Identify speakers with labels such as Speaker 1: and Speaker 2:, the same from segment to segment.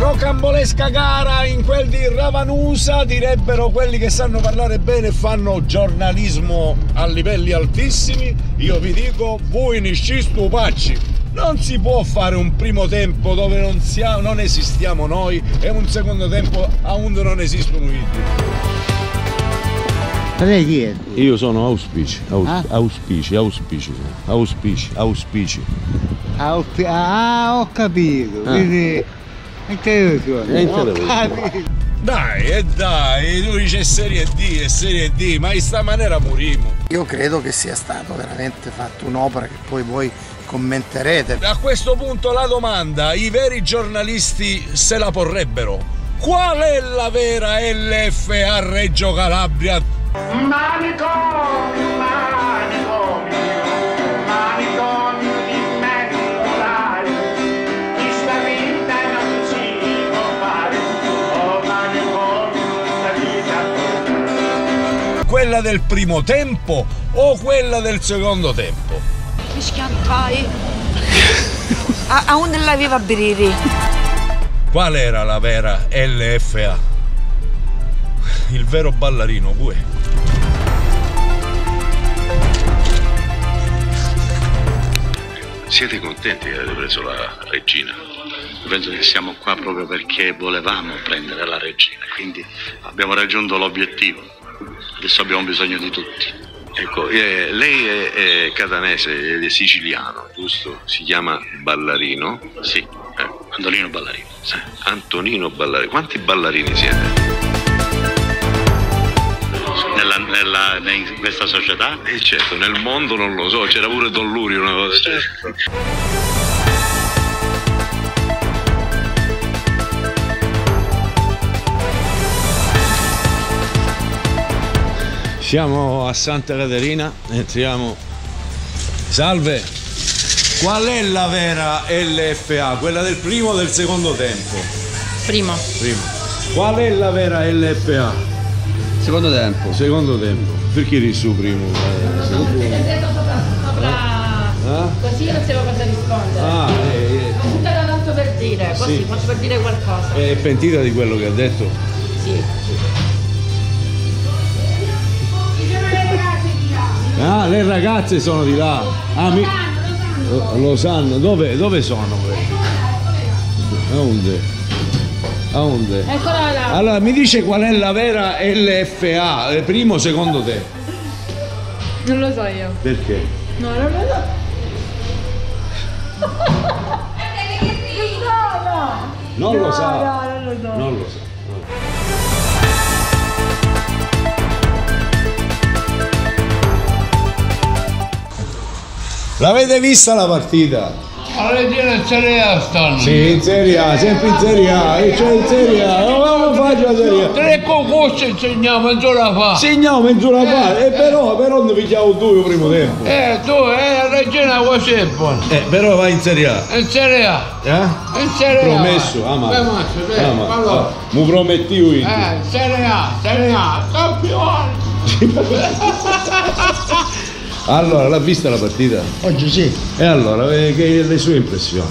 Speaker 1: rocambolesca gara in quel di Ravanusa, direbbero quelli che sanno parlare bene e fanno giornalismo a livelli altissimi, io vi dico voi nisci stupacci. Non si può fare un primo tempo dove non, siamo, non esistiamo noi e un secondo tempo onde non esistono idri.
Speaker 2: Ma lei chi è?
Speaker 3: Io sono auspici, aus- auspici, auspici, auspici, auspici.
Speaker 2: Ah, ho, ah, ho capito,
Speaker 3: Ah.
Speaker 2: quindi in televisione.
Speaker 3: È in
Speaker 2: Ho
Speaker 3: televisione.
Speaker 2: capito.
Speaker 1: Dai, e dai, tu dici serie D e serie D, ma in sta maniera morimo.
Speaker 4: Io credo che sia stato veramente fatto un'opera che poi voi commenterete.
Speaker 1: A questo punto la domanda, i veri giornalisti se la porrebbero. Qual è la vera LFA Reggio Calabria?
Speaker 5: Manico, manico mio, manico di me volare, questa vita non si può fare, oh manico, questa vita
Speaker 1: Quella del primo tempo o quella del secondo tempo?
Speaker 6: Mi schiantai. A, a un l'aveva briri.
Speaker 1: Qual era la vera LFA? Il vero ballarino, gue.
Speaker 7: Siete contenti che avete preso la regina? Penso che siamo qua proprio perché volevamo prendere la regina, quindi abbiamo raggiunto l'obiettivo. Adesso abbiamo bisogno di tutti.
Speaker 8: Ecco, eh, lei è, è catanese ed è siciliano, giusto? Si chiama Ballarino? Sì,
Speaker 7: eh,
Speaker 8: Antonino Ballarino. Antonino Ballarino. Quanti ballerini siete?
Speaker 7: Nella, nella- in questa società?
Speaker 8: Eh certo, nel mondo non lo so, c'era pure Don Lurio una cosa. Certo.
Speaker 3: Siamo a Santa Caterina, entriamo.
Speaker 1: Salve! Qual è la vera LFA? Quella del primo o del secondo tempo?
Speaker 9: Primo.
Speaker 1: Primo. Qual è la vera LFA? Secondo tempo. Secondo tempo. Perché eri su primo? Eh, secondo tempo. Eh?
Speaker 9: Così non sapevo cosa rispondere.
Speaker 1: Ah, eh, eh.
Speaker 9: Ho buttato tanto per dire, così
Speaker 1: Sì.
Speaker 9: faccio per dire qualcosa.
Speaker 1: È pentita di quello che ha detto?
Speaker 9: Sì.
Speaker 1: Ah, le ragazze sono di là. Ah, mi- Lo- Lo sanno. Dove, dove sono? quelle? A onde? A onde?
Speaker 9: Eccola là.
Speaker 1: Allora, mi dice qual è la vera LFA? eh, Primo o secondo te?
Speaker 9: Non lo so io.
Speaker 1: Perché?
Speaker 9: No, non lo so.
Speaker 1: Non lo sa.
Speaker 9: non lo so.
Speaker 1: Non lo so. L'avete vista la partita? Alla Serie A stanno. Sì, in Serie A, sempre in Serie A, e cioè in Serie A, non faccio la Serie A. Tre concorsi insegniamo mezz'ora fa. Segniamo mezz'ora fa, e però, però ne pigliavo due primo tempo. Eh,
Speaker 10: tu eh, regina così è buona.
Speaker 1: però vai in Serie A.
Speaker 10: In Serie A,
Speaker 1: Eh?
Speaker 10: in Serie A.
Speaker 1: Promesso, ama.
Speaker 10: Promesso, beh,
Speaker 1: Ama,
Speaker 10: allora.
Speaker 1: ah, Mu promettivo io.
Speaker 10: Eh, in Serie A, Serie A, campione.
Speaker 1: Allora, l'ha vista la partita?
Speaker 4: Oggi sì,
Speaker 1: E allora, eh, che le sue impressioni?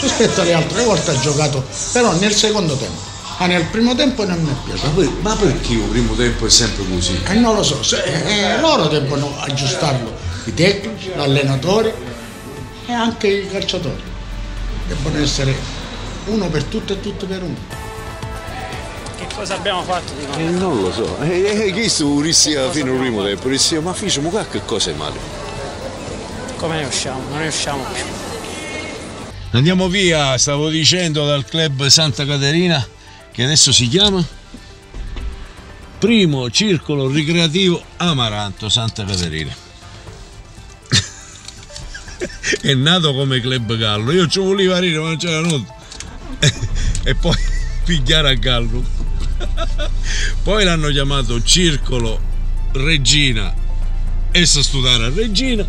Speaker 4: rispetto alle altre volte ha giocato, però nel secondo tempo. Ma nel primo tempo non mi è piaciuto.
Speaker 3: Ma perché il primo tempo è sempre così?
Speaker 4: E non lo so, se- eh, loro devono aggiustarlo, i tecnici, gli allenatori e anche i calciatori. Devono essere uno per tutto e tutto per uno.
Speaker 3: Eh, non lo so. Eh, eh, questo urissi alla fine del primo tempo, urissi, ma facciamo qua che cosa è male?
Speaker 10: Come ne usciamo? Non ne usciamo più.
Speaker 1: Andiamo via, stavo dicendo, dal club Santa Caterina, che adesso si chiama Primo Circolo Ricreativo Amaranto Santa Caterina. È nato come club Gallo, io ci volevo arrivare ma non c'era nulla. E poi pigliare a Gallo. Poi l'hanno chiamato Circolo Regina e sa studiare a Regina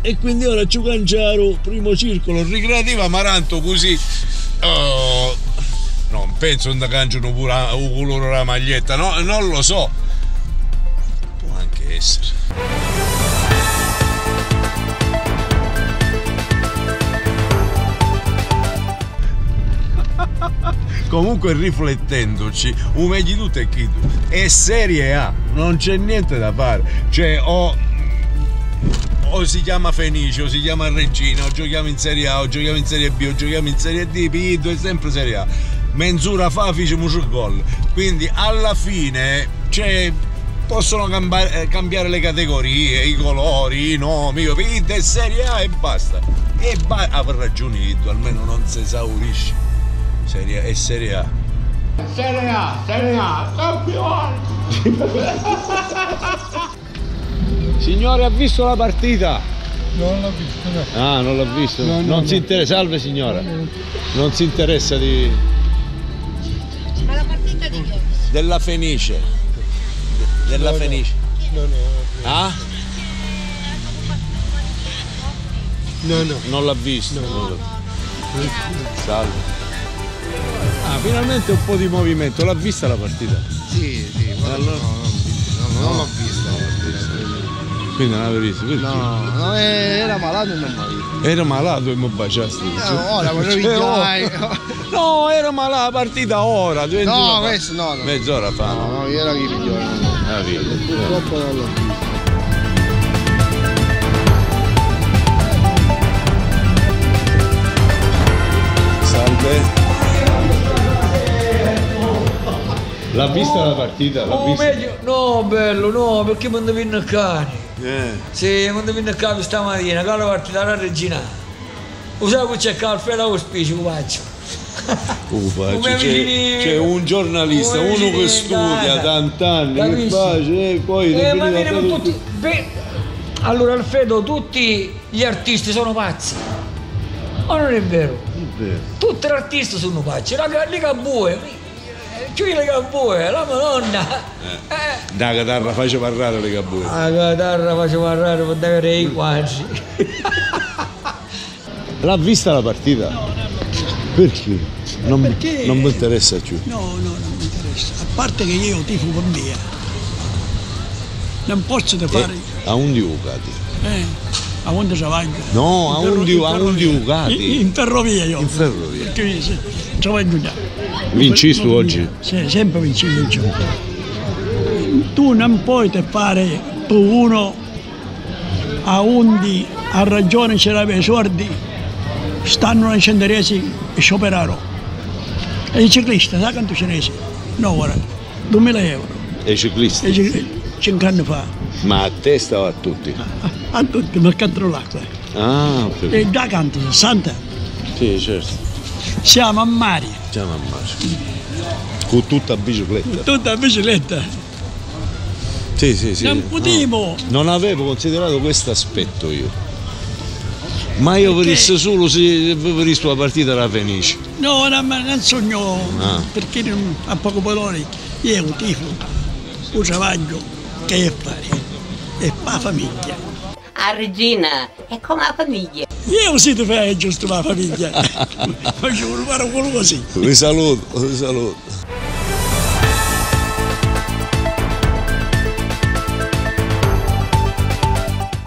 Speaker 1: e quindi ora Ciucanciaro primo circolo ricreativa Maranto così oh, non penso che cangiano pure la- il colore della maglietta no, non lo so può anche essere Comunque riflettendoci, una di tutte è Kidu. È Serie A, non c'è niente da fare. Cioè, o, o si chiama Fenice, o si chiama Regina, o giochiamo in Serie A, o giochiamo in Serie B, o giochiamo in Serie D, Kidu è sempre Serie A. Menzura fa facciamo sul gol. Quindi alla fine c'è possono cambare- eh, cambiare le categorie, i colori, i nomi, capite? Serie A e basta. E ba- ha ragione Ido, almeno non si esaurisce. Serie A e Serie A.
Speaker 4: Serie A, Serie A, campione!
Speaker 1: Signore, ha visto la partita?
Speaker 11: Non l'ho visto, no.
Speaker 1: Ah, non l'ho visto.
Speaker 11: No, no,
Speaker 1: non
Speaker 11: no. Eh.
Speaker 1: si interessa. Salve signora. Non si interessa di.
Speaker 12: Ma la partita di che?
Speaker 1: Della Fenice. Della
Speaker 11: No, no.
Speaker 1: Fenice.
Speaker 11: No, no,
Speaker 1: Ah?
Speaker 11: no, no.
Speaker 1: Non l'ha visto. non l'ha- Salve. Ah, finalmente un po' di movimento. L'ha vista la partita?
Speaker 13: Sì, sì, guarda, no, no, no, non l'ho vista.
Speaker 1: Quindi non l'ha vista. Perché?
Speaker 13: No, no, eh, era malato e non malato.
Speaker 1: Era malato e mi baciaste.
Speaker 13: No, ora
Speaker 1: Cioè,
Speaker 13: volevo vincere.
Speaker 1: ora. No, era malata la partita ora. due
Speaker 13: No,
Speaker 1: giorni fa.
Speaker 13: questo no, no.
Speaker 1: Mezz'ora fa.
Speaker 13: No, no, io ero chi migliore.
Speaker 1: Ah, vedi.
Speaker 13: Purtroppo non l'ho vista.
Speaker 1: Salve. L'ha vista la partita? L'ha
Speaker 14: Oh,
Speaker 1: vista?
Speaker 14: meglio, no, bello, no, perché mi indovino il cane?
Speaker 1: Eh.
Speaker 14: Sì, mi indovino il cane stamattina, che la partita la regina. Usavo che c'è il caffè e auspicio, lo faccio.
Speaker 1: Uh, faccio,
Speaker 14: Come
Speaker 1: c'è,
Speaker 14: vicini-
Speaker 1: c'è un giornalista,
Speaker 14: come
Speaker 1: uno
Speaker 14: vicini
Speaker 1: che
Speaker 14: di
Speaker 1: studia
Speaker 14: casa.
Speaker 1: tant'anni, che
Speaker 14: Capisci?
Speaker 1: pace, e poi...
Speaker 14: Eh, ma
Speaker 1: definita
Speaker 14: venivano
Speaker 1: tutto.
Speaker 14: tutti... beh, allora, Alfredo, tutti gli artisti sono pazzi. Ma non è vero. Tutti gli artisti sono pazzi. La Gallica Bue, cioè le Gabue, la Madonna. Eh,
Speaker 1: Da catarra face parlare le cabure.
Speaker 14: La chitarra faccio parlare, per dare i quasi.
Speaker 1: L'ha vista la partita? Perché? Non,
Speaker 15: Perché-
Speaker 1: non mi interessa più.
Speaker 15: No, no, non mi interessa. A parte che io tifo per via. Non posso
Speaker 1: Eh.
Speaker 15: te fare.
Speaker 1: A un diucati.
Speaker 15: Eh, a onde travaglio.
Speaker 1: No, a
Speaker 15: In ferro-
Speaker 1: un, diu-
Speaker 15: in
Speaker 1: a un
Speaker 15: ferrovia.
Speaker 1: diucati.
Speaker 15: In, in ferrovia io.
Speaker 1: In ferrovia.
Speaker 15: Perché sì, travaglio già.
Speaker 1: Vincisti
Speaker 15: Non-
Speaker 1: oggi?
Speaker 15: Sì, sempre vinci io. Tu non puoi te fare tu uno a undi, a ragione c'era i sordi, stanno nei centeresi e scioperano. E il ciclista, sai quanto ce ne sei? No, ora, 2000 euro.
Speaker 1: E i ciclisti.
Speaker 15: E ci- 5 anni fa,
Speaker 1: Ma a testa o a tutti?
Speaker 15: a tutti, ma contro l'acqua.
Speaker 1: Ah, ho capito.
Speaker 15: E da canto, 60,
Speaker 1: sì, certo.
Speaker 15: siamo a mare,
Speaker 1: Già mamma. Con tutta bicicletta.
Speaker 15: tutta bicicletta.
Speaker 1: Sì, sì, sì.
Speaker 15: Non potevo.
Speaker 1: Ah. Non avevo considerato questo aspetto io. Ma io
Speaker 15: Perché?
Speaker 1: venisse solo se venisse la partita alla Fenice.
Speaker 15: No, non, non sogno,
Speaker 1: Ah.
Speaker 15: perché non- a poco parole, io un tifo, un travaglio, che è fare? È per la famiglia.
Speaker 16: A Ah, Regina è come la famiglia.
Speaker 15: Io si ti fai giusto per la famiglia. Faccio un guarda quello così.
Speaker 1: Vi saluto, vi saluto.